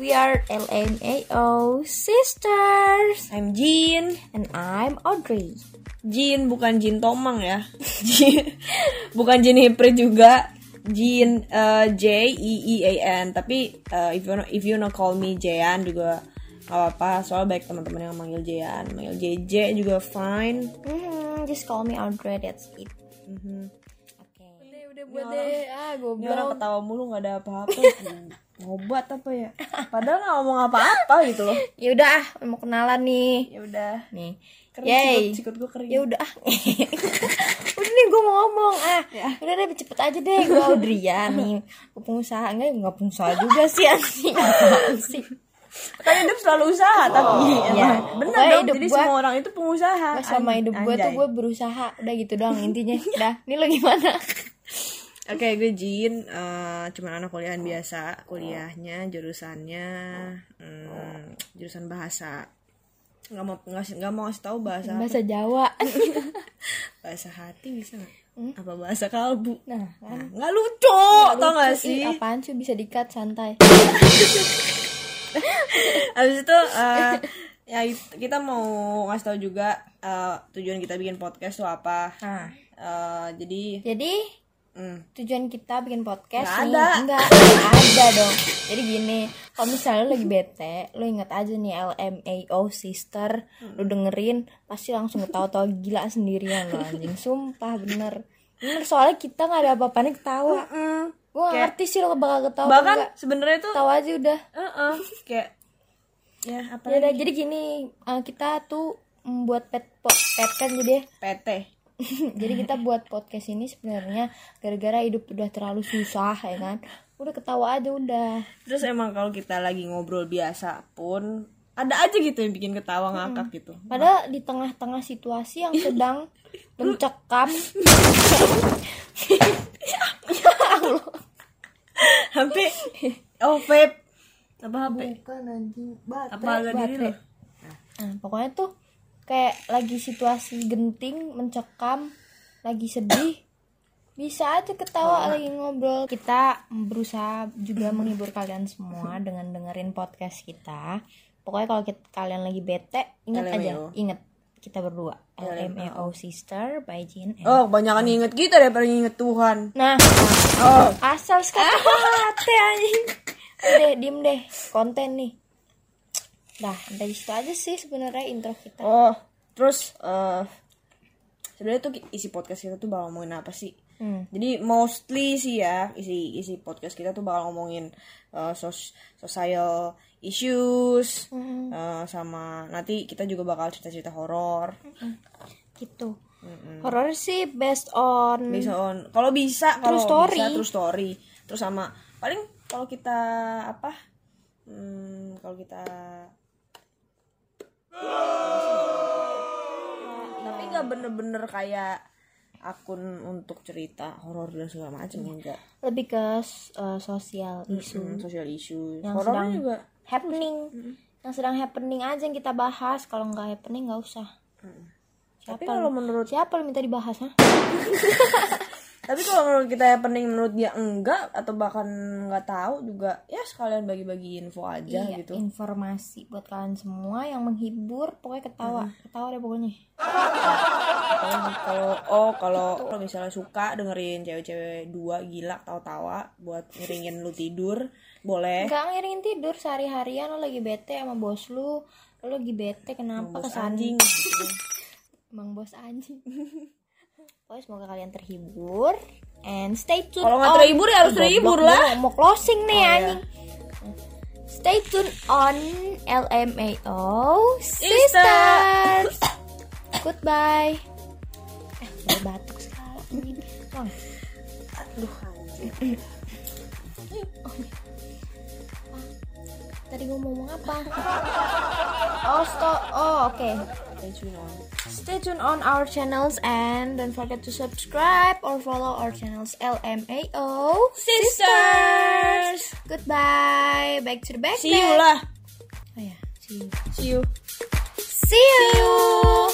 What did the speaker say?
We are LMAO sisters. I'm Jin. And I'm Audrey. Jin bukan Jin Tomang ya. Jin bukan Jin Hipre juga. Jin eh, J E E A N tapi eh, if you wanna- if you wanna call me Jean juga gak apa-apa soalnya baik teman-teman yang manggil Jean manggil JJ juga fine Mhm. Mhm, just call me Audrey, that's it. Okay. udah buat deh. Ah, ini goblok. orang ketawa mulu gak ada apa-apa ngobat apa ya padahal gak ngomong apa-apa gitu loh Ya udah, ah, mau kenalan nih. ya udah Nih. Keren, Yay. sikut, sikut gue kering Ya udah ah. udah nih gue mau ngomong ah. Udah deh cepet aja deh gue Audria nih. Gue pengusaha enggak enggak pengusaha juga sih anjing. Apaan sih? kan hidup selalu usaha tapi Iya. emang. benar Pokoknya dong hidup jadi gua- semua orang itu pengusaha Gua selama hidup gue tuh gue berusaha udah gitu doang intinya. Udah, nih lo gimana? oke gue Jin eh, cuman anak kuliahan biasa kuliahnya jurusannya hmm, jurusan bahasa nggak mau nggak sih- nggak mau ngasih tahu bahasa apa. Bahasa Jawa. bahasa hati bisa nggak apa bahasa kalbu Nah, Nah, nggak lucu tau gak Lucu, iya, sih ih, apaan sih bisa dikat santai. Abis itu eh, ya it- kita mau ngasih tahu juga eh, tujuan kita bikin podcast tuh apa. Nah, Eh, jadi jadi mm, tujuan kita bikin podcast Nggak nih ada. enggak ada dong jadi gini kalau misalnya lo lagi bete lo ingat aja nih LMAO sister lo dengerin pasti langsung ketawa-tawa gila sendirian lo anjing sumpah bener bener soalnya kita nggak ada apa-apanya ketawa mm, gue nggak ngerti sih lo bakal ketawa apa bahkan nggak. sebenarnya tuh ketawa aja udah eh-eh, kayak ya apa ya udah jadi gini eh, kita tuh membuat pet po- pet kan jadi ya. PT. jadi kita buat podcast ini sebenarnya gara-gara hidup udah terlalu susah ya kan udah ketawa aja udah Terus emang kalau kita lagi ngobrol biasa pun ada aja gitu yang bikin ketawa ngakak gitu. Padahal di tengah-tengah situasi yang sedang mencekam. Hampir oh vape apa HP? Bukan anjing, Apa harga diri lo? Nah, pokoknya tuh kayak lagi situasi genting, mencekam, lagi sedih. Bisa aja ketawa lagi ngobrol. Kita berusaha juga menghibur kalian semua dengan dengerin podcast kita. Pokoknya kalau kit- kalian lagi bete, inget aja, LMAO. inget kita berdua. LMAO Sister by Jin and- Oh, kebanyakan inget kita daripada inget Tuhan. Nah, Oh, Asal sekarang mati anjing. Udah diem deh, konten nih. Dah, dari situ aja sih sebenarnya intro kita. Oh, terus eh sebenarnya tuh isi podcast kita tuh bakal ngomongin apa sih? Hmm. Jadi mostly sih ya isi isi podcast kita tuh bakal ngomongin eh, sos social issues Mm-hmm. eh, sama nanti kita juga bakal cerita-cerita horor. Gitu. Horor sih based on Bisa on kalau bisa kalau True story. bisa terus story. Terus sama paling kalau kita apa? Hmm, kalau kita tapi nggak bener-bener kayak akun untuk cerita horor dan segala macam enggak lebih ke uh, sosial Iya. isu Hmm, social issue yang horor sedang juga happening. Yang sedang happening aja yang kita bahas. Kalau nggak happening nggak usah. tapi kalau menurut Siapa yang minta dibahas ha? tapi kalau menurut kita yang penting menurut dia enggak atau bahkan nggak tahu juga ya sekalian bagi-bagi info aja Iya, gitu informasi buat kalian semua yang menghibur, pokoknya ketawa. Ketawa deh pokoknya. Apalagi kalau oh kalau kalau misalnya suka dengerin cewek-cewek dua gila tawa-tawa buat ngiringin lu tidur boleh Enggak ngiringin tidur sehari-harian lo lagi bete sama bos lu. Lo lagi bete kenapa Bos kesan anjing Emang bos anjing. Pokoknya semoga kalian terhibur and stay tune. Kalau nggak on- terhibur ya harus Goblok, terhibur gua lah. Oh, iya. Mau closing nih anjing. Stay tune on LMAO Sisters. Goodbye. Eh, gua batuk sekali. Wah, aduh anjing tadi gua mau ngomong apa? Oh, sto- oh oke. Stay tuned on. Stay tuned on our channels and don't forget to subscribe or follow our channels LMAO Sisters. Goodbye. Back to the back. see you lah Oh, yeah. See you. see you See you.